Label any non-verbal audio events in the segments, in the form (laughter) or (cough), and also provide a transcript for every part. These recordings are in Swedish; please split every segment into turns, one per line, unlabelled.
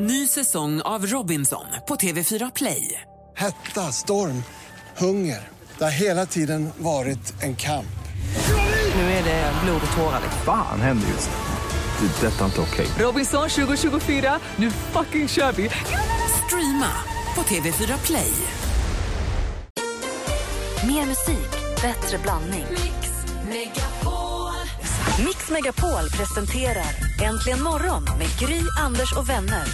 Ny säsong av Robinson på TV4 Play.
Hetta, storm, hunger. Det har hela tiden varit en kamp.
Nu är det blod och tårar. liksom.
Fan händer just nu. Det. är Detta är inte okej.
Robinson 2024, nu fucking kör vi! Streama på TV4 Play.
Mer musik, bättre blandning. Mix Megapol. Mix Megapol presenterar Äntligen morgon med Gry, Anders och vänner.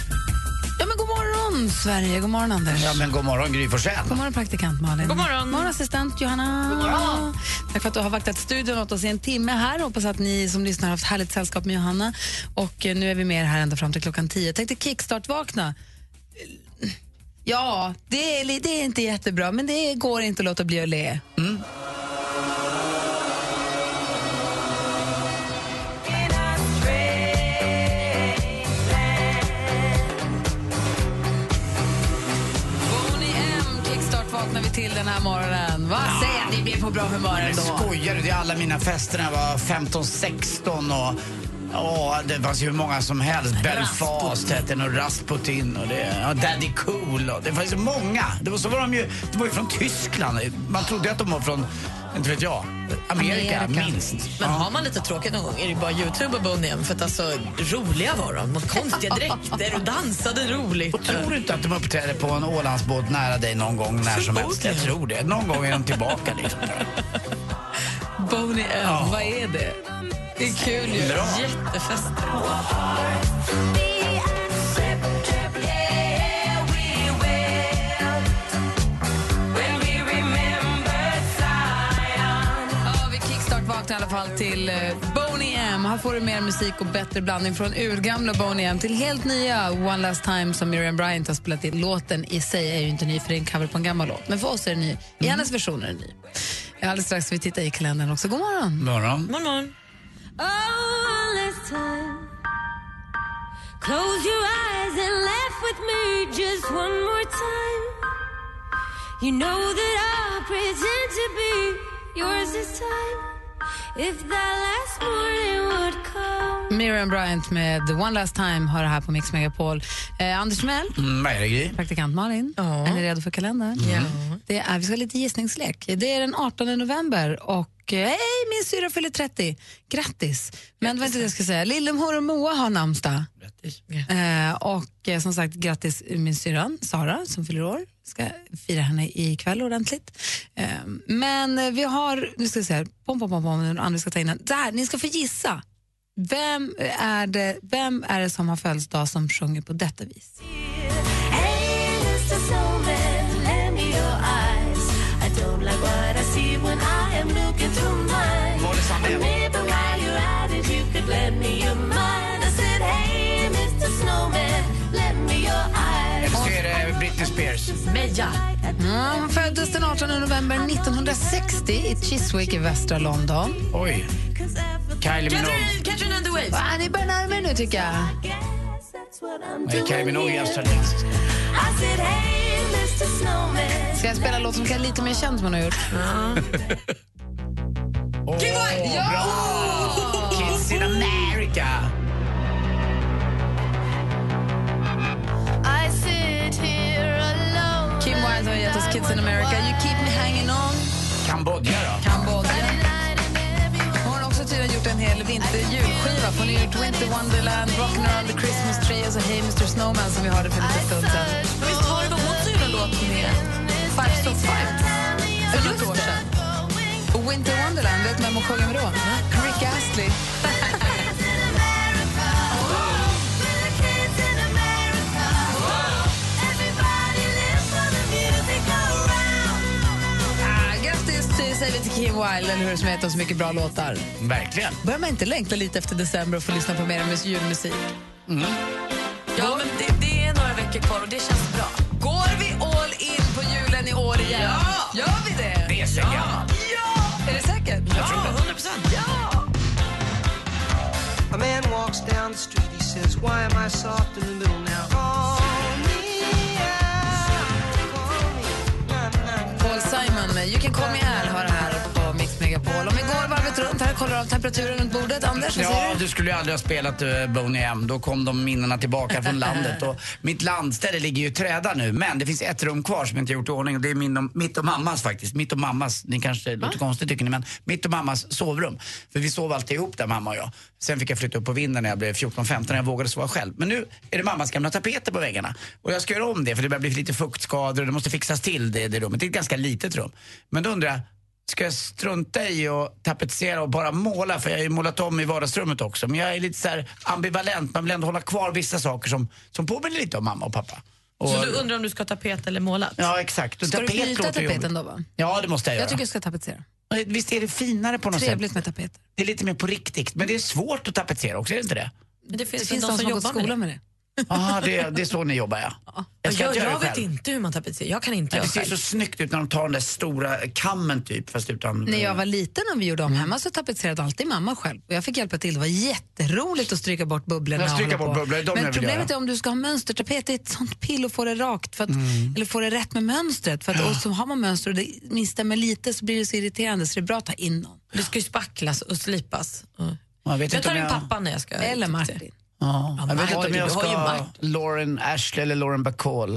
Ja, men god morgon, Sverige. God morgon, Anders.
Ja, men god morgon Gry
God
Forssell.
morgon, praktikant Malin. God morgon, assistent Johanna. God morgon. Tack för att du har vaktat studion åt oss i en timme här. Hoppas att ni som lyssnar har haft härligt sällskap med Johanna. Och eh, nu är vi med er här ända fram till klockan tio. Jag tänkte kickstart-vakna. Ja, det är, li- det är inte jättebra, men det går inte att låta bli att le. Mm. Bonnie M, kickstart vaknar vi till den här morgonen. Vad säger ni? Ni blir på bra humör
Men
ändå.
skojar du? Det är alla mina fester när jag var 15, 16 och Åh, det fanns ju hur många som helst. Belfast hette den och Rasputin och det, ja, Daddy Cool. Och det fanns ju många. Det var, så var de, ju, de var ju från Tyskland. Man trodde ju att de var från, inte vet jag, Amerika,
Amerika.
minst.
Men har man lite tråkigt någon gång är det ju bara Youtube och Bonnie M, för att alltså roliga var de. Med konstiga dräkter och dansade roligt.
Tror du inte att de uppträdde på en Ålandsbåt nära dig någon gång när som helst? Jag tror det. Någon gång är de tillbaka liksom.
Bonnie M,
Ja.
vad är det? Det är kul ju.
Bra.
Jättefest.
Ja, vi kickstart vaknar i alla fall till eh, Boney M. Här får du mer musik och bättre blandning från urgamla Boney M till helt nya One Last Time som Miriam Bryant har spelat in. Låten i sig är ju inte ny för det är en cover på en gammal låt, men för oss är den ny. I hennes version är den ny. Alldeles strax ska vi titta i kalendern också. God morgon!
Morgon.
Morgon, morgon.
Close your eyes and laugh with me just one more time. You know that I'll pretend to be yours this time. If that last morning would come.
Miriam Bryant med One Last Time har det här på Mix Megapol. Eh, Anders Mell,
Mm, Vad är det Gry?
praktikant Malin,
Ja.
är ni redo för kalendern?
Ja.
Det är, vi ska ha lite gissningslek. Det är den 18 november och eh, hej, min syrra fyller 30. Grattis! Men det var inte det jag skulle säga. Lillemor och Moa har namnsdag. Eh, och eh, som sagt, grattis min syrran Sara som fyller år. Ska fira henne ikväll ordentligt. Eh, men eh, vi har, nu ska vi se här, pom, pom, pom, pom, den andra vi ska ta in den. Där, ni ska få gissa. Vem är, det, vem är det som har födelsedag som sjunger på detta vis?
Hey, Mr. Soulman, lend me your eyes. I don't like what I see when I am looking through mine.
Var det samma igen?
And maybe while you're at it, you could lend me your mind. I said, hey, Mr. Snowman, lend me your
Eller
eyes.
så är det eh, Britney Spears.
Meja.
Ja, hon föddes den 18 november 1960 i Chiswick i västra London.
Oj. Kylie Minogue.
Catherine, Catherine and the Waves.
Ah, ni börjar närma er nu, tycker jag.
Guess that's what I'm
Nej, Kylie
doing
Minogue är
here.
australiensisk.
I said, hey, Mr. Snowman.
Ska jag spela en låt som kan lite mer känd som hon har gjort? (laughs)
Åh,
Ja!
bra! Kids in America!
I sit here alone.
Kim Wilde har gett oss Kids in America, You keep me hanging on,
Kambodja då?
Kambodja. Hon har också tydligen gjort en hel vinter julskiva. Hon har gjort Winter Wonderland, Rockin' around the Christmas tree och så Hey Mr Snowman som vi hörde för en liten stund sedan.
Visst var det då hon syrra låt med?
Five Stop Five för något år sedan. Och Winter Wonderland, vet du vem hon sjunger med då? Rick Astley. Ah, Grattis till- säger vi till Kim Wilde, eller hur, som heter så mycket bra låtar.
Verkligen.
Börjar man inte längta lite efter december och få lyssna på mer mus- julmusik? Mm.
Ja, men det, det är några veckor kvar och det känns bra.
Går vi all in på julen i år igen?
Ja!
Gör vi det?
Det är så gammalt.
Är det säkert?
Ja, 100 procent. Ja!
A man walks down the street, he says, Why am I soft in the middle now? Call me out, call me. Na, na, na.
Paul Simon med You can call me Al har det här på Mix Megapol. Om vi går varvet runt här kollar av temperaturen runt bordet. Anders, vad
Ja,
säger du?
du skulle ju aldrig ha spelat eh, Boney M. Då kom de minnena tillbaka från
(laughs)
landet. Och mitt landställe ligger ju i träda nu, men det finns ett rum kvar som jag inte gjort i ordning. Och det är min och, mitt och mammas faktiskt. Mitt och mammas, ni kanske låter konstigt tycker ni, men mitt och mammas sovrum. För vi sov alltid ihop där, mamma och jag. Sen fick jag flytta upp på vinden när jag blev 14-15 när jag vågade sova själv. Men nu är det mammas gamla tapeter på väggarna. Och jag ska göra om det för det börjar bli lite fuktskador och det måste fixas till det, det rummet. Det är ett ganska litet rum. Men då undrar jag, ska jag strunta i och tapetsera och bara måla? För jag har ju målat om i vardagsrummet också. Men jag är lite så här ambivalent. Man vill ändå hålla kvar vissa saker som, som påminner lite om mamma och pappa. Och,
Så du undrar om du ska ha tapet eller målat?
Ja, exakt. Och
Ska du
tapet
byta
låter ju
tapeten
jobbigt.
då? Va?
Ja, det måste jag göra. Eh,
Jag tycker jag ska tapetsera.
Visst är det finare på något sätt?
Trevligt med tapeter.
Det är lite mer på riktigt. Men det är svårt att tapetsera också, är det inte
(laughs)
det?
Men det finns,
Det
väl
finns de som har gått skola med det.
Ja, det, det är så ni jobbar, ja.
Jag,
ska
jag,
inte göra det
vet
själv.
inte hur man tapetserar. Jag kan inte
Det
göra
ser
själv.
så snyggt ut när de tar den där stora kammen typ, fast utan...
När jag var liten och vi gjorde
Mm.
om hemma så tapetserade alltid mamma själv. Och jag fick hjälpa till. Det var jätteroligt att stryka bort bubblorna.
Ja,
och
stryka
hålla
bort
på.
bubblor, de jag
Men
vill
problemet är
göra.
om du ska ha mönstertapet, det är ett sånt pill att få det rakt. För att,
Mm.
Eller få det rätt med mönstret. För att, Och så har man mönster och det misstämmer lite så blir det så irriterande så det är bra att ta in någon.
Det ska ju spacklas och slipas. Mm.
Jag vet
Jag
inte
tar
om
in
jag-
pappa när jag ska...
Eller Martin.
Ja, jag vet
Martin,
inte om jag
du har ju
ska ha
makt.
Lauren Ashley eller Lauren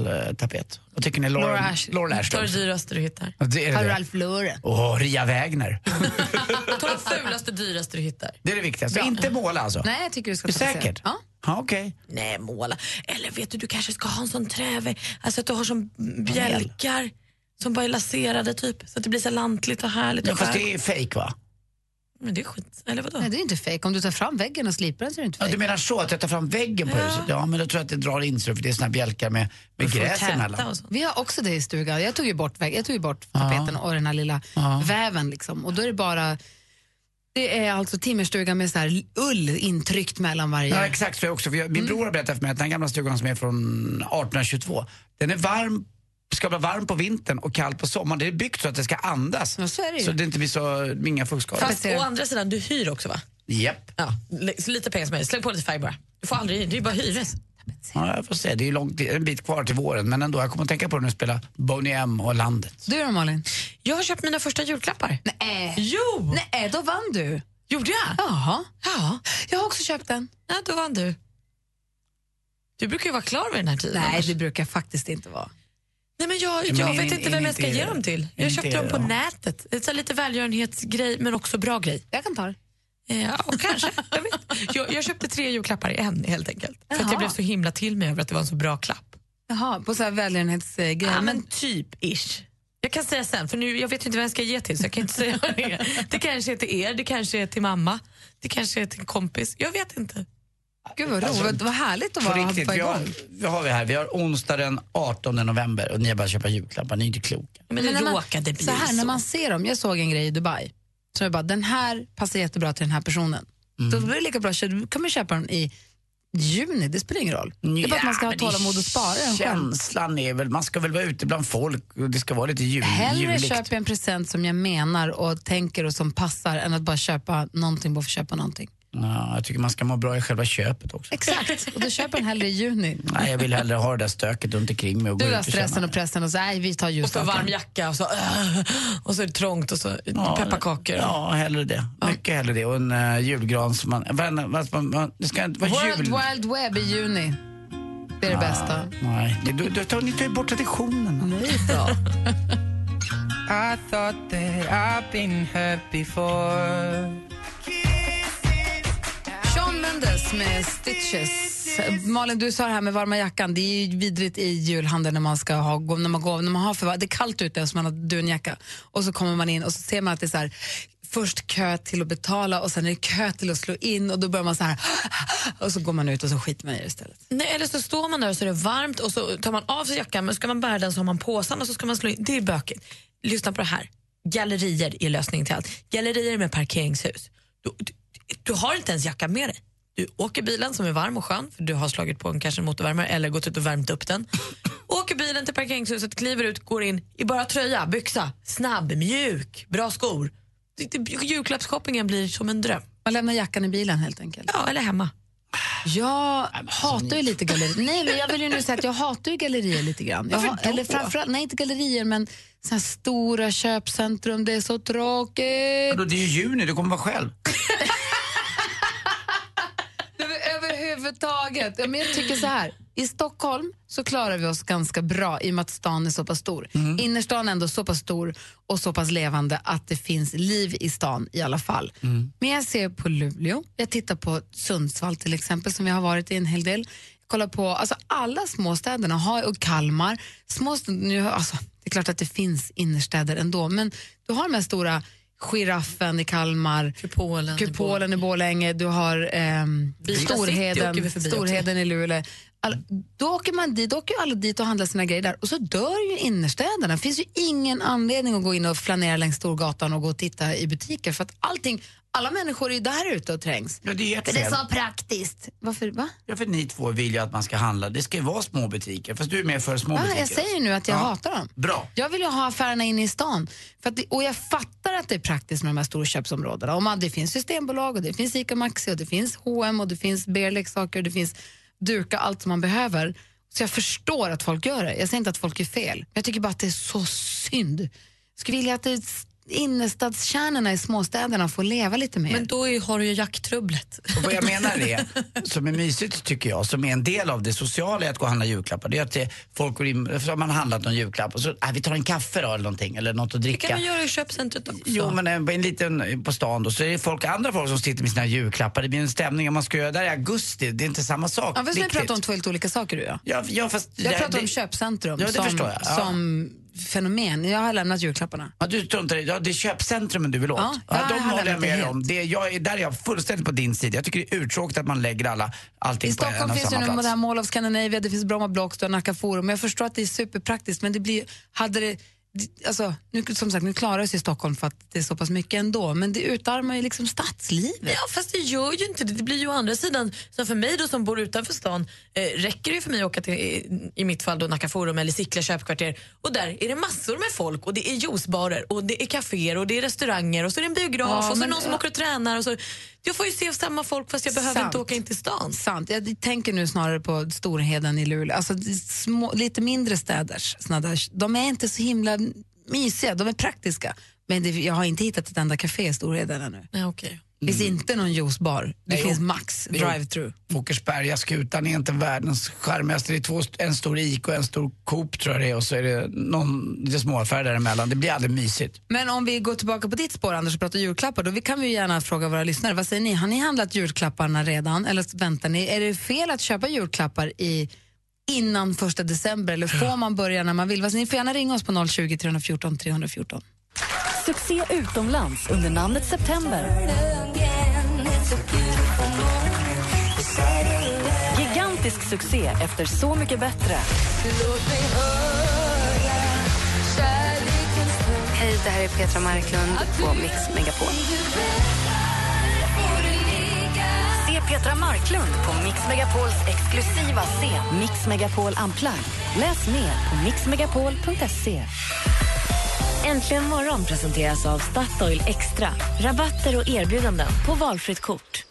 Bacall-tapet. Vad tycker ni? Lauren,
Laura Ashley.
Lauren
Ta det
Ashley.
dyraste du hittar.
Ja, Det är det.
Ralph Lauren.
Åh, Ria Wägner.
Ta det fulaste, dyraste du hittar.
Det är det viktigaste. Inte måla alltså.
Nej, jag tycker du ska
Är du
tapetsera.
säker?
Ja.
Ja, okej.
Nej, måla. Eller vet du, du kanske ska ha en sån trävägg. Alltså att du har som bjälkar som bara är laserade typ. Så att det blir så lantligt och härligt.
Ja,
och
fast
skär.
det är fake va?
Men det är skit. Eller vadå?
Nej, det är inte fejk. Om du tar fram väggen och slipar den så är det inte
Ja,
fejk.
du menar så, att jag tar fram väggen på huset? Ja, men då tror jag att det drar in sig för det är såna här bjälkar med, med
Får
gräs
täta
emellan.
och sånt.
Vi har också det i stugan. Jag tog ju bort, väg, jag tog ju bort tapeten och den här lilla väven. Liksom. Och då är det bara... Det är alltså timmerstuga med så här ull intryckt mellan varje...
Ja, exakt så är jag också. För jag,
Mm.
min bror har berättat för mig att den här gamla stugan som är från 1822, den är varm, ska vara varm på vintern och kall på sommaren. Det är byggt så att det ska andas.
Ja, så är det ju.
så det inte blir så, inga fuktskador.
Fast å andra sidan, du hyr också va?
Japp.
Ja, li- så lite pengar som helst. Släng på lite färg bara. Du får aldrig, det är bara hyres.
Ja, jag får se. Det är ju långt, en bit kvar till våren, men ändå. Jag kommer att tänka på det när jag spelar Boney M och Landet.
Du då Malin?
Jag har köpt mina första julklappar.
Nej.
Jo!
Nej, då vann du.
Gjorde jag?
Jaha.
Ja.
Jag har också köpt den.
ja, då vann du. Du brukar ju vara klar vid den här tiden.
Nej,
annars.
det brukar jag faktiskt inte vara.
Nej men jag,
men
jag
är
vet
ni-
inte
är
vem
ni
jag ska
inte-
ge dem till.
är
Jag
ni
köpte
inte-
dem på
ja.
nätet. Ett så här lite välgörenhetsgrej men också bra grej.
Jag kan ta det.
Eh, Ja, kanske. Jag, vet. Jag, jag köpte tre julklappar i en helt enkelt. För att
Jaha.
jag blev så himla till mig över att det var en så bra klapp.
Jaha, på så här välgörenhetsgrejer.
Ja,
men,
men typ ish. Jag kan säga sen, för nu, jag vet ju inte vem jag ska ge till så jag kan inte säga vad det är. Det kanske är till er, det kanske är till mamma, det kanske är till en kompis. Jag vet inte.
gud vad roligt. vad härligt att
Alltså, På
vara
riktigt,
vara
vi
igång.
har, vi har vi här. Vi har onsdag den 18 november och ni har börjat köpa julklappar. Ni är inte kloka.
Men,
Men
det
när man-
råkade bli
så.
så.
här, när man ser dem, jag såg en grej i Dubai, så jag bara, den här passar jättebra till den här personen.
Mm.
Då blir det lika bra, att köpa- då kan man köpa den i juni, det spelar ingen roll. Det är bara att man ska ha
Ja, men det
tålamod och spara den själv.
Känslan är väl, man ska väl vara ute bland folk och det ska vara lite jul,
Hellre
juligt.
köper jag en present som jag menar och tänker och som passar än att bara köpa någonting bara för att köpa någonting.
Ja, jag tycker man ska må bra i själva köpet också.
Exakt, och då köper jag den hellre i juni.
Nej, jag vill hellre ha det där stöket runt omkring mig och
Du
gå ut
har
och
stressen
känna.
och pressen och så, nej vi tar
Och så varm
ljuslakar.
jacka och så, och så är det trångt och så
Ja,
pepparkakor.
Ja, hellre det. Mycket hellre det. Och en eh, julgran som man... vad- vad- man, man det ska inte vara
World
jul.
Wild Web i juni, det är det
Ah.
bästa.
Nej, det- du, du, tar- ni tar ju bort traditionen.
I thought that I've been hurt before.
Sean Mendes med Stitches. Malin, du sa det här med varma jackan. Det är ju vidrigt i julhandeln när man ska ha, gå- när man går, när man har för, det är kallt ute så man har dunjacka. Och så kommer man in och så ser man att det är så här, först kö till att betala och sen är det kö till att slå in och då börjar man så här och så går man ut och så skiter man i det istället.
Nej, eller så står man där och så är det varmt och så tar man av sig jackan men ska man bära den så har man påsarna och så ska man slå in. Det är bökigt. Lyssna på det här. Gallerier är lösningen till allt. Gallerier med parkeringshus. Du, du, du har inte ens jackan med dig. Du åker bilen som är varm och skön för du har slagit på en kanske en motorvärmare eller gått ut och värmt upp den. åker bilen till parkeringshuset, kliver ut, går in i bara tröja, byxa, snabb, mjuk, bra skor. Det- det- Julklappsshoppingen blir som en dröm.
Man lämnar jackan i bilen helt enkelt.
Ja, eller hemma.
Jag
alltså,
hatar ju lite gallerier. Nej, men jag vill ju nu säga att jag hatar ju gallerier lite grann. Jag,
Varför
ha-
då?
eller framförallt, nej inte gallerier men så här stora köpcentrum, det är så tråkigt.
Vadå, det är ju juni, du kommer vara själv.
Över- Överhuvudtaget. Ja, men jag tycker så här. I Stockholm så klarar vi oss ganska bra i och med att stan är så pass stor. Innerstan är ändå så pass stor och så pass levande att det finns liv i stan i alla fall. Men jag ser på Luleå, jag tittar på Sundsvall till exempel som jag har varit i en hel del. Jag kollar på alltså, alla småstäderna har, och Kalmar. Små, nu, alltså, det är klart att det finns innerstäder ändå men du har de här stora Giraffen i Kalmar,
Kupolen.
Kupolen i Borlänge, du har ehm,
Vita City åker vi
Storheden,
förbi
Storheden i Luleå. All, då åker man dit, då åker ju alla dit och handlar sina grejer där och så dör ju innerstäderna. Det finns ju ingen anledning att gå in och flanera längs Storgatan och gå och titta i butiker för att allting, alla människor är ju där ute och trängs.
Ja, det är ert
För det är
fel.
så praktiskt. Varför, va?
Ja, för ni två vill ju att man ska handla. Det ska ju vara små butiker. Fast du är mer för små
Ah,
butiker.
jag säger ju nu att jag
Ja.
hatar dem.
Bra.
Jag vill ju ha affärerna inne i stan. För att det, och jag fattar att det är praktiskt med de här storköpsområdena. Om man, det finns systembolag, och det finns ICA Maxi, och det finns H&M och det finns BR-leksaker och det finns duka, allt som man behöver. Så jag förstår att folk gör det. Jag säger inte att folk är fel. Men jag tycker bara att det är så synd. Jag skulle vilja att det, innerstadskärnorna i småstäderna får leva lite mer.
Men då är, har du ju jakttrubblet.
Och vad jag menar är, som är mysigt tycker jag, som är en del av det sociala i att gå och handla julklappar, det är att det, folk går in, så har man handlat någon julklapp och så, äh, vi tar en kaffe då eller någonting, eller något att
(laughs) Det kan
dricka.
man göra i köpcentret också.
Jo men eh, på en liten, eh, på stan då, så är det folk, andra folk som sitter med sina julklappar. Det blir en stämning om man ska göra det där i augusti, det är inte samma sak.
ja, fast nu
riktigt.
pratar om två helt olika saker du och jag.
Ja, ja, fast,
Jag
det-
pratar om
det-
köpcentrum
Ja, det
som,
förstår jag. Ja.
som fenomen. Jag har lämnat julklapparna.
Ja, du struntar i, ja, det är köpcentrumen du vill åt.
Ja,
Ja,
ja, jag
de håller
lämnar
jag med
det
dig om.
helt.
Det, är- jag, är- där är jag fullständigt på din sida. Jag tycker det är urtråkigt att man lägger alla, allting
I
på en
Stockholm
och
finns ju
samma
nu det
plats.
här Mall of Scandinavia, det finns Bromma Blocks och Nacka Forum. Jag förstår att det är superpraktiskt men det blir, hade det, alltså, nu, som sagt, nu klarar sig Stockholm för att det är så pass mycket ändå men det utarmar ju liksom stadslivet.
Ja, fast det gör ju inte det. Det blir ju å andra sidan, så för mig då som bor utanför stan, eh, räcker det ju för mig att åka till, i, i mitt fall då Nacka Forum eller Sickla köpkvarter och där är det massor med folk och det är juicebarer och det är kaféer och det är restauranger och så är det en biograf
Ja,
och så är det
men-
någon som åker och tränar och så. Jag får ju se samma folk fast jag behöver
Sant.
inte åka in till stan.
Sant, jag tänker nu snarare på Storheden i Luleå, alltså det är små, lite mindre städers, såna där, de är inte så himla mysiga, de är praktiska. Men det, jag har inte hittat ett enda café i Storheden ännu.
Nej, okej.
Det finns inte någon juicebar, det
jo.
finns max
Jo.
drive-through.
Åkersbergaskutan är inte världens charmigaste. Det är två, st- en stor ICA och en stor Coop tror jag det är och så är det någon lite småaffär däremellan. Det blir aldrig mysigt.
Men om vi går tillbaka på ditt spår Anders och pratar julklappar, då vi kan vi ju gärna fråga våra lyssnare, vad säger ni? Har ni handlat julklapparna redan eller väntar ni? Är det fel att köpa julklappar i, innan första december eller får man börja när man vill? Vad säger ni får gärna ringa oss på 020 314 314.
Succé utomlands under namnet September. Gigantisk succé efter Så mycket bättre.
Hej, det här är Petra Marklund på Mix Megapol.
Se Petra Marklund på Mix Megapols exklusiva scen Mix Megapol Unplugged. Läs mer på mixmegapol.se. Äntligen morgon presenteras av Statoil Extra. Rabatter och erbjudanden på valfritt kort.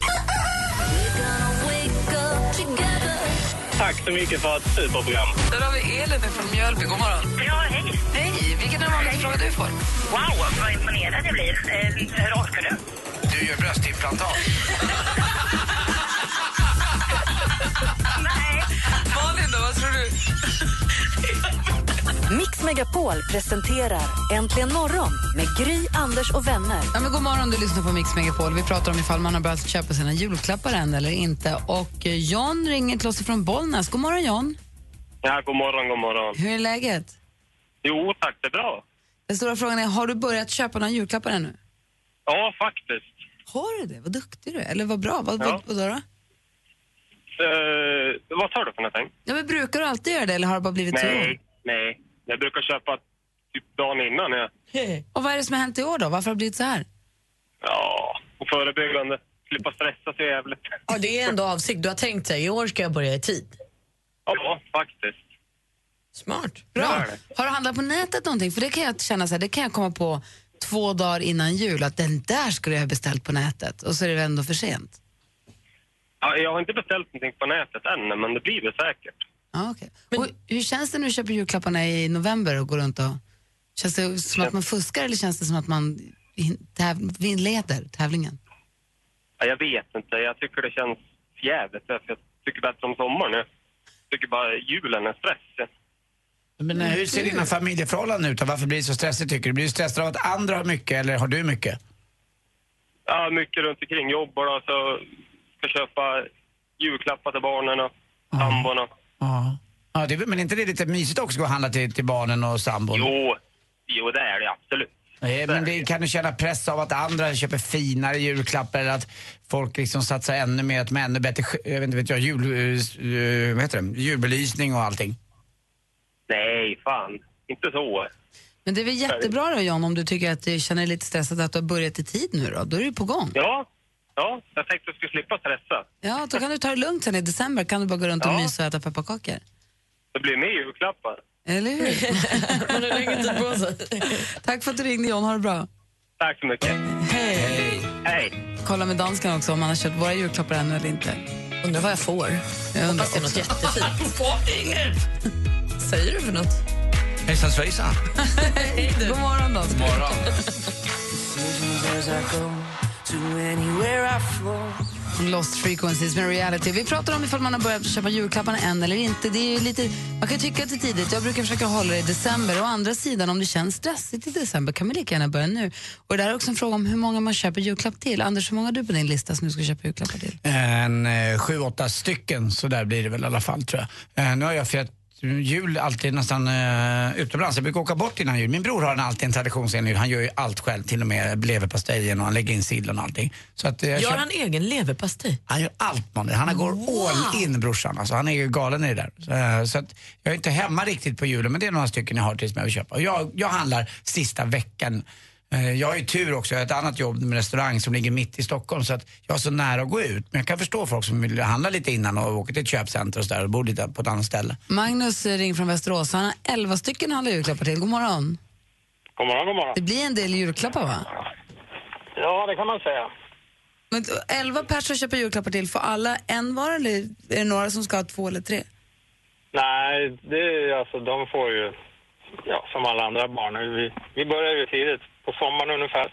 Tack så mycket för ett superprogram.
Där har vi Elin från Mjölby. God morgon.
Ja, hej.
Hej, vilken är vanligaste fråga du får?
Wow, vad imponerad jag blir. Eh, hur orkar du?
Du gör bröstimplantat.
Nej.
Malin då, vad tror du?
Mix Megapol presenterar Äntligen morgon med Gry, Anders och vänner.
Ja, men god morgon, du lyssnar på Mix Megapol. Vi pratar om ifall man har börjat köpa sina julklappar än eller inte. Och eh, John ringer till oss från Bollnäs. God morgon John,
Ja, god morgon, god morgon.
hur är läget?
Jo, tack, det är bra.
Den stora frågan är, har du börjat köpa några julklappar ännu?
Ja, faktiskt.
Har du det? Vad duktig du är. Eller vad bra. Vad,
Ja.
vad, vad då?
Eh, vad tar du för någonting?
Ja, men brukar du alltid göra det eller har det bara blivit så? i år?
Nej, nej. Jag brukar köpa typ dagen innan. Jag.
(laughs) Och vad är det som har hänt i år då? Varför har det blivit så här?
Ja, och förebyggande. Slippa stressa så jävligt.
Ja, det är ändå avsikt. Du har tänkt dig i år ska jag börja i tid.
Ja, faktiskt.
Smart.
Bra.
Ja, det.
Har du handlat på nätet någonting? För det kan jag känna så här, det kan jag komma på två dagar innan jul att den där skulle jag ha beställt på nätet och så är det ändå för sent.
Ja, jag har inte beställt någonting på nätet än, men det blir det säkert.
Ja, okej. och hur känns det när du köper julklapparna i november och går runt och... Känns det som att man fuskar eller känns det som att man hin- täv- vin- leder tävlingen?
Ja, jag vet inte. Jag tycker det känns jävligt. För jag tycker bättre om sommaren nu. Jag tycker bara julen är stress.
Men eh, hur ser dina familjeförhållanden ut? då? Varför blir det så stressigt tycker du? Blir du stressad av att andra har mycket eller har du mycket?
Ja, mycket runt omkring. Jobbar och så ska köpa julklappar till barnen och
Mm.
sambon. och-
Ja. ja det, är väl- men är inte det lite mysigt också att gå och handla till, till barnen och sambon?
Jo, jo, det är det absolut.
Nej, Eh, men det, kan du känna press av att andra köper finare julklappar eller att folk liksom satsar ännu mer, att de har ännu bättre sk- jag vet inte, vet jag, jul, eh, vad heter det? julbelysning och allting?
Nej, fan. Inte så.
Men det är väl jättebra då John om du tycker att du känner dig lite stressad att du har börjat i tid nu då? Då är du på gång.
Ja, ja jag tänkte att jag skulle slippa stressa.
Ja, då kan du ta det lugnt sen i december. Kan du bara gå runt och
Ja.
mysa och äta pepparkakor.
Det blir mer julklappar.
Eller hur?
(laughs) Man har länge tid på sig.
Tack för att du ringde John, ha det bra.
Tack så mycket.
Hej!
Hej!
Kolla med dansken också om han har köpt våra julklappar ännu eller inte.
Undrar vad jag får.
Jag undrar
Hoppas det är något
också. (laughs)
jättefint. Säger du för något?
Hejsan svejsan.
(laughs) Hej du. God morgon då. God
morgon.
Lost Frequencies med reality. Vi pratar om ifall man har börjat köpa julklapparna än eller inte. Det är ju lite, man kan tycka att det är tidigt. Jag brukar försöka hålla det i december. Å andra sidan, om det känns stressigt i december kan man lika gärna börja nu. Och Det där är också en fråga om hur många man köper julklapp till. Anders, hur många har du på din lista som du ska köpa julklappar till?
En eh, sju, åtta stycken så där blir det väl i alla fall tror jag. Eh, nu har jag firat jul alltid nästan eh, utomlands. Jag brukar åka bort innan jul. Min bror har en, alltid en tradition sen jul. Han gör ju allt själv, till och med leverpastejen och han lägger in sillen och allting. Så att, eh, jag
Gör
köper-
han egen leverpastej?
Han gör allt man Han går all in brorsan. Alltså, han är ju galen i det där. Så, eh, Så att, jag är inte hemma riktigt på julen men det är några stycken jag har tills jag vill köpa. Och Jag, jag handlar sista veckan. Eh, Jag har ju tur också, jag har ett annat jobb med restaurang som ligger mitt i Stockholm så att jag har så nära att gå ut. Men jag kan förstå folk som vill handla lite innan och åka till ett köpcenter och så där och bor lite på ett annat ställe.
Magnus eh, ringer från Västerås. Han har 11 stycken han har julklappar till. God morgon.
God morgon, god morgon.
Det blir en del julklappar, va?
Ja, det kan man säga.
Men, eh, 11 personer köper julklappar till. Får alla en var eller är det några som ska ha två eller tre?
Nej, det är alltså de får ju, ja, som alla andra barn. Vi, vi börjar ju tidigt, på sommaren ungefär.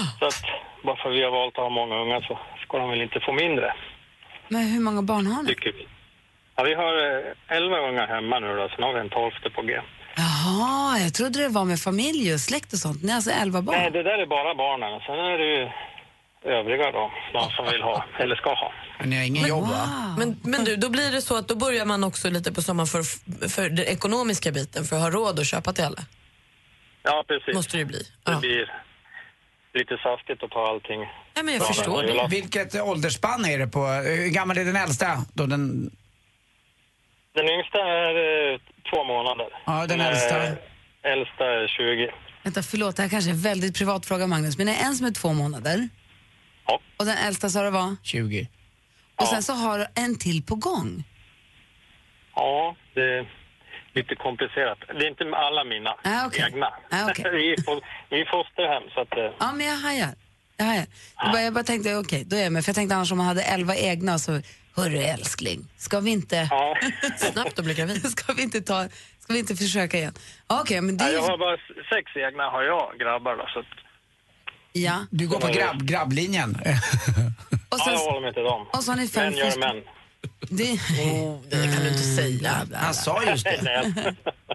Ah.
Så att bara för vi har valt att ha många unga så ska de väl inte få mindre,
Men hur många barn har ni?
tycker vi. Ja, vi har eh, 11 unga hemma nu då, sen har vi en tolfte på G.
Jaha, jag trodde det var med familj och släkt och sånt. Ni är alltså elva barn?
Nej, det där är bara barnen. Sen är det ju övriga då, de som vill ha, eller ska ha.
Men ni har ingen jobb va?
Men, men du, då blir det så att då börjar man också lite på sommaren för, för den ekonomiska biten, för att ha råd att köpa till alla.
Ja, precis.
Måste det bli.
Det blir lite saftigt att ta allting.
Nej, men jag
Ja,
förstår
men-
det.
Vilket eh, åldersspann är det på? Eh, Hur gammal är den äldsta? Då den,
Den yngsta är eh, två månader.
Ja, den äldsta.
eh, äldsta är 20.
Vänta, förlåt, det här kanske är en väldigt privat fråga, Magnus, men det är en som är två månader.
Ja.
Och den äldsta sa du var?
20.
Och sen så har du en till på gång.
Ja, det är lite komplicerat. Det är inte alla mina
Ah, okej.
egna.
Ah, okej.
(laughs) vi, är fo- vi är fosterhem, så att... eh,
Ja, men jag hajar. Jag, hajar. Jag, bara, jag bara tänkte, okej, då är jag med. För jag tänkte annars om man hade elva egna så, hörru älskling, ska vi inte...
Ja.
(laughs)
Snabbt att bli gravid.
Ska vi inte, ta, ska vi inte försöka igen? Ja, Okej, men det...
Nej, jag har bara s- sex egna har jag, grabbar. Då, så att,
Ja.
Du går på grabb, grabblinjen. (laughs)
Och,
ja,
sen,
jag håller mig till dem.
och så har ni fem
Män gör
foster...
män.
Det,
Mm.
Oh, det kan du inte säga.
Han sa just det.
(laughs)
Nej,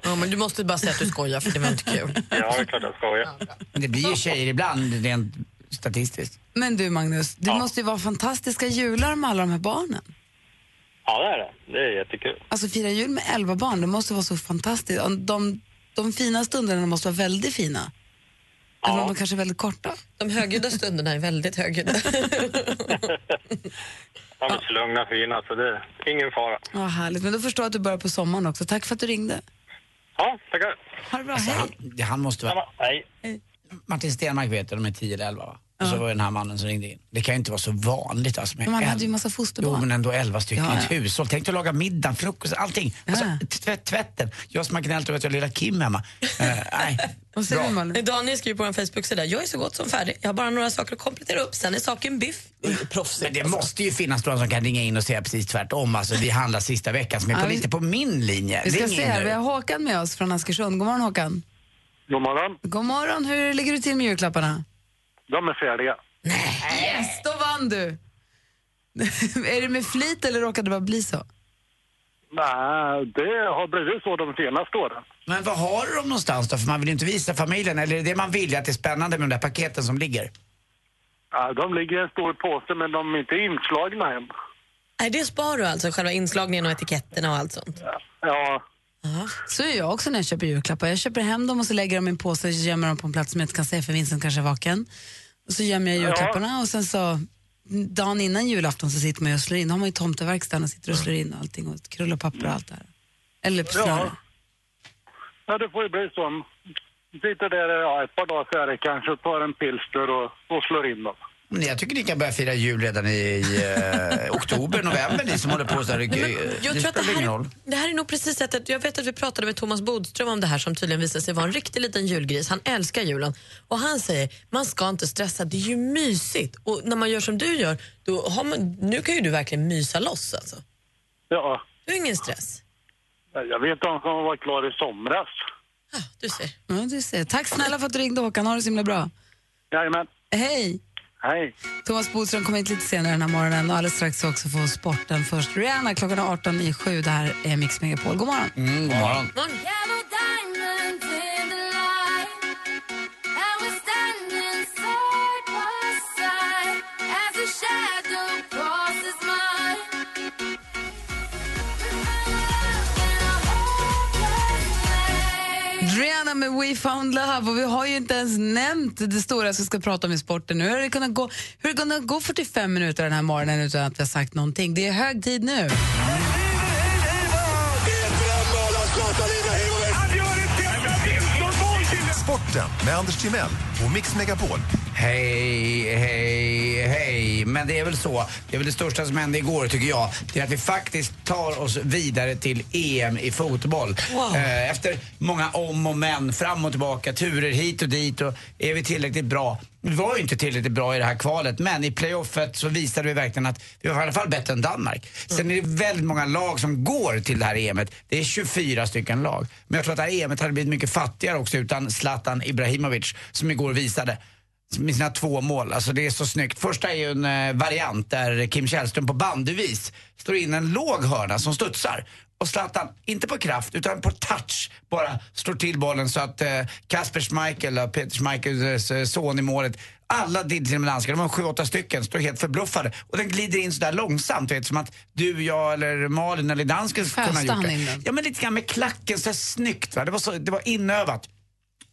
Ja, men du måste bara säga att du skojar, för det var inte
(laughs)
kul.
ja, det är klart jag skojar.
Men det blir ju tjejer ibland rent statistiskt.
men du Magnus, det måste ju vara fantastiska jular med alla de här barnen.
Ja, det är det. Det är jättekul.
Alltså fira jul med elva barn, det måste vara så fantastiskt. Och De, de fina stunderna måste vara väldigt fina. Eller de kanske är väldigt korta.
De högljudda stunderna är väldigt högljudda.
De är så lugna och fina, så det är ingen fara.
(laughs) Ja, härligt. Men då förstår jag att du börjar på sommaren också. Tack för att du ringde.
Ja, tackar.
Ha det bra, hej.
Alltså, Han, han måste vara...
Ja, Hej.
Martin Stenmark vet du, de är 10 eller 11 va? Och så var det den här mannen som ringde in. Det kan ju inte vara så vanligt alltså. Med
Men man
elva-
hade ju massa
Jo,
fosterbarn.
men ändå elva stycken
Ja,
i ett
ja.
hushåll. Tänk dig att laga middag, frukost, allting. Alltså, tvätt, tvätten. Jag som har gnällt över att jag har lilla Kim hemma. Eh, nej.
(laughs)
Bra.
Daniel skriver på en Facebook-sida, jag är så gott som färdig. Jag har bara några saker att komplettera upp, sen är saken biff.
Men det måste ju finnas någon som kan ringa in och säga precis tvärtom. Alltså, vi handlar sista veckan som är
Ja,
på,
vi-
lite på min linje.
Vi ska
Ring
se
in
här,
nu.
vi har Håkan med oss från Askersund. God morgon Håkan.
God morgon.
God morgon, hur ligger du till med julklapparna?
De är färdiga.
Yes, då vann du! (laughs) är det med flit eller råkade det bara bli så?
Nej, det har blivit så de senaste åren.
Men vad har du dem någonstans då? För man vill ju inte visa familjen. Eller är det det man vill, att det är spännande med de där paketen som ligger?
Ja, de ligger i en stor påse, men de är inte inslagna än.
Nej, det sparar du alltså, själva inslagningen och etiketterna och allt sånt?
Ja.
Så är jag också när jag köper julklappar. Jag köper hem dem och så lägger jag dem i en påse och gömmer dem på en plats som jag inte kan se för Vincent kanske är vaken. Och så gömmer jag julklapparna och sen så dagen innan julafton så sitter man ju och slår in. Då har man ju tomteverkstan och sitter och slår in och allting och krullar papper och allt det här. Eller på snöre.
ja, det får ju bli så. Sitter där ja, ett par dagar så är det kanske och tar en pilsner och, och slår in dem.
Men jag tycker ni kan börja fira jul redan i, eh, oktober, november, ni som håller på så här. Det,
Jag
det
tror att det
spelar ingen roll.
här, det här är nog precis sättet, jag vet att vi pratade med Thomas Bodström om det här som tydligen visade sig vara en riktig liten julgris. Han älskar julen och han säger man ska inte stressa, det är ju mysigt. Och när man gör som du gör, då har man, nu kan ju du verkligen mysa loss alltså.
Ja,
Du har ingen stress.
jag vet de som var klara i somras.
Du ser.
Ja, du ser. Tack snälla för att du ringde Håkan, ha det så himla bra.
Jajamän.
Hej!
Hej.
Thomas Bodström kommer hit lite senare den här morgonen och alldeles strax ska vi också få sporten först. Rihanna klockan är 18 i sju. Det här är Mix Megapol. God morgon!
Mm, god morgon.
Yellow diamonds in the light. And we're standing side by side as a shadow crosses mine.
Rihanna med We found love och vi har ju inte ens nämnt det stora som vi ska prata om i sporten nu. Hur har det kunnat gå, hur har det kunnat gå 45 minuter den här morgonen utan att vi har sagt någonting? Det är hög tid nu.
Sporten med Anders Timell och Mix Megapol.
Hej, hej, hej. Men det är väl så. Det är väl det största som hände igår tycker jag. Det är att vi faktiskt tar oss vidare till EM i fotboll.
Wow.
Eh, Efter många om och men, fram och tillbaka, turer hit och dit och är vi tillräckligt bra? Vi var ju inte tillräckligt bra i det här kvalet men i playoffet så visade vi verkligen att vi var i alla fall bättre än Danmark. Sen är det väldigt många lag som går till det här EMet. Det är 24 stycken lag. Men jag tror att det här EMet hade blivit mycket fattigare också utan Zlatan Ibrahimovic som igår visade med sina två mål. Alltså det är så snyggt. Första är ju en eh, variant där Kim Källström på bandyvis slår in en låg hörna som studsar. Och Zlatan, inte på kraft utan på touch, bara slår till bollen så att eh, Kasper Schmeichel, eh, Peter Schmeichels eh, son i målet, alla diddeldanskar, de var sju, åtta stycken, står helt förbluffade. Och den glider in sådär långsamt, vet, som att du, jag eller Malin eller dansken skulle kunna ha
Föste
gjort
han in
det.
den?
Ja men lite grann med klacken, så här snyggt va. Det var, så, det var inövat.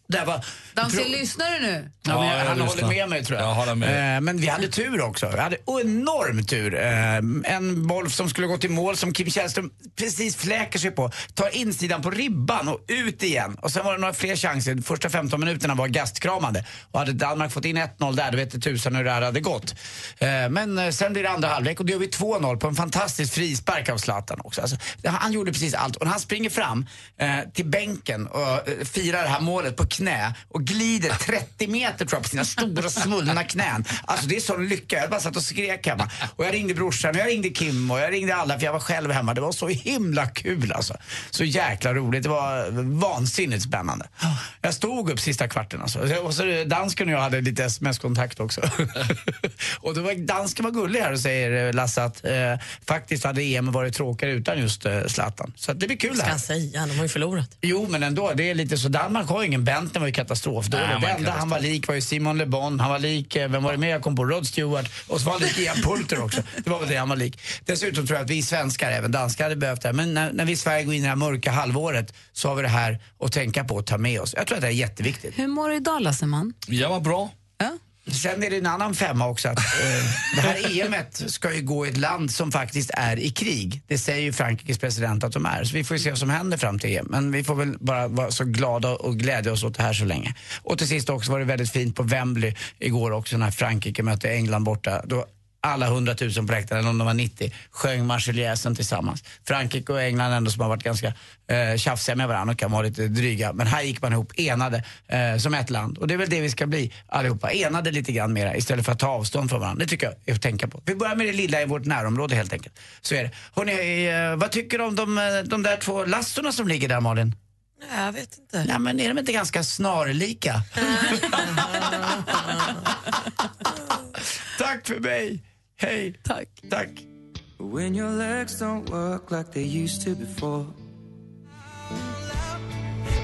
Där var...
Dansi,
Pro-
lyssnar du nu?
Ja, men jag, han
lyssnar.
håller med mig tror jag.
Jag håller med.
Eh, men vi hade tur också. Vi hade enorm tur. Eh, en boll som skulle gå till mål som Kim Källström precis fläker sig på. Tar insidan på ribban och ut igen. Och sen var det några fler chanser. De första 15 minuterna var gastkramande. Och hade Danmark fått in 1-0 där, då vet du tusan hur det här hade gått. Eh, men eh, sen blir det andra halvlek och då gör vi 2-0 på en fantastisk frispark av Zlatan också. Alltså, det- han gjorde precis allt. Och när han springer fram eh, till bänken och eh, firar det här målet på knä och glider 30 meter tror jag på sina stora svullna knän. Alltså det är sån lycka. Jag bara satt och skrek hemma. Och jag ringde brorsan och jag ringde Kim och jag ringde alla för jag var själv hemma. Det var så himla kul alltså. Så jäkla roligt. Det var vansinnigt spännande. Jag stod upp sista kvarten alltså. Och så dansken och jag hade lite sms-kontakt också. (laughs) och då var, dansken var gullig här och säger eh, Lasse att eh, faktiskt hade EM varit tråkigare utan just eh, Zlatan. Så att det blir kul det
Ska
här.
han säga, de har ju förlorat.
Jo, men ändå. Det är lite så. Danmark har ju ingen Bentner var ju katastrofdålig.
Nej, han var
Det enda han var lik var ju Simon Le Bon. Han var lik, eh, vem var det mer jag kom på? Rod Stewart. Och så var han lik Ian Pulter också. Det var väl det han var lik. Dessutom tror jag att vi svenskar, även danskar, hade behövt det här. Men när, när vi i Sverige går in i det här mörka halvåret så har vi det här att tänka på och ta med oss. Jag tror att det är jätteviktigt.
Hur mår du idag Lasseman?
Jag var bra.
Ja?
Sen är det en annan femma också att eh, det här EMet ska ju gå i ett land som faktiskt är i krig. Det säger ju Frankrikes president att de är. Så vi får ju se vad som händer fram till EM. Men vi får väl bara vara så glada och glädja oss åt det här så länge. Och till sist också var det väldigt fint på Wembley igår också när Frankrike mötte England borta. Då alla 100 000 på läktaren, eller om de var 90, sjöng Marseljäsen tillsammans. Frankrike och England ändå som har varit ganska eh, tjafsiga med varandra och kan vara lite dryga. Men här gick man ihop enade eh, som ett land. Och det är väl det vi ska bli allihopa. Enade lite grann mera istället för att ta avstånd från varandra. Det tycker jag är att tänka på. Vi börjar med det lilla i vårt närområde helt enkelt. Så är det. Hörrni, eh, vad tycker du om de, eh, de där två lassorna som ligger där Malin?
Nej, jag vet inte.
Nej men är de inte ganska snarlika? Tack för mig! Hej! Tack. Tack.
When your legs don't work like they used to before.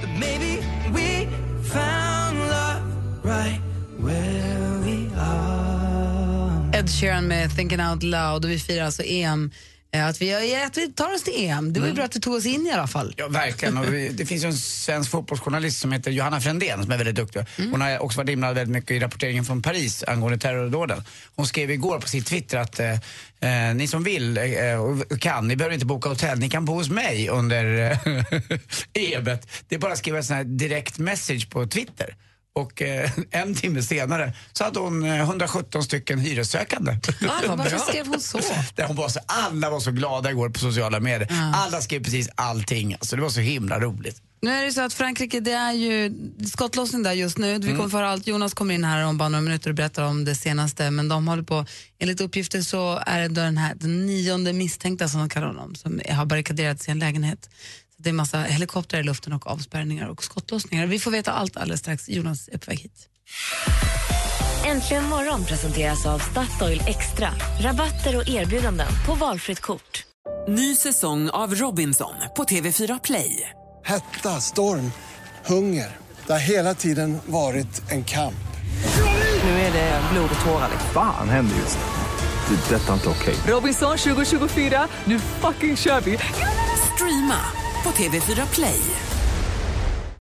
But maybe we found love right where we are.
Ed Sheeran med Thinking Out Loud och vi firar alltså EM. eh, Att vi, att vi tar oss till EM. Det var ju bra att vi tog oss in i alla fall.
Ja, verkligen. Och vi, det finns ju en svensk fotbollsjournalist som heter Johanna Frändén som är väldigt duktig. Hon har också varit inblandad väldigt mycket i rapporteringen från Paris angående terrordåden. Hon skrev igår på sitt Twitter att eh, eh, ni som vill eh, och kan, ni behöver inte boka hotell, ni kan bo hos mig under eh, (laughs) ebet. Det är bara att skriva en sån här direkt message på Twitter. Och eh, (laughs) en timme senare så hade hon eh, 117 stycken hyressökande.
Ah, vad varför skrev hon så?
Där hon var så, alla var så glada igår på sociala medier. Alla skrev precis allting. Alltså, det var så himla roligt.
Nu är det så att Frankrike, det är ju skottlossning där just nu. Vi kommer få höra allt. Jonas kommer in här om bara några minuter och berättar om det senaste. Men de håller på, enligt uppgifter så är det då den här den nionde misstänkta som de kallar honom, som har barrikaderat sig i en lägenhet. Så det är massa helikoptrar i luften och avspärrningar och skottlossningar. Vi får veta allt alldeles strax. Jonas är på väg hit.
Äntligen morgon presenteras av Statoil Extra. Rabatter och erbjudanden på valfritt kort.
Ny säsong av Robinson på TV4 Play.
Hetta, storm, hunger. Det har hela tiden varit en kamp.
Nu är det blod och tårar. liksom.
Fan händer just nu. Det. är Detta är inte okej.
Robinson 2024, nu fucking kör vi! Streama på TV4 Play.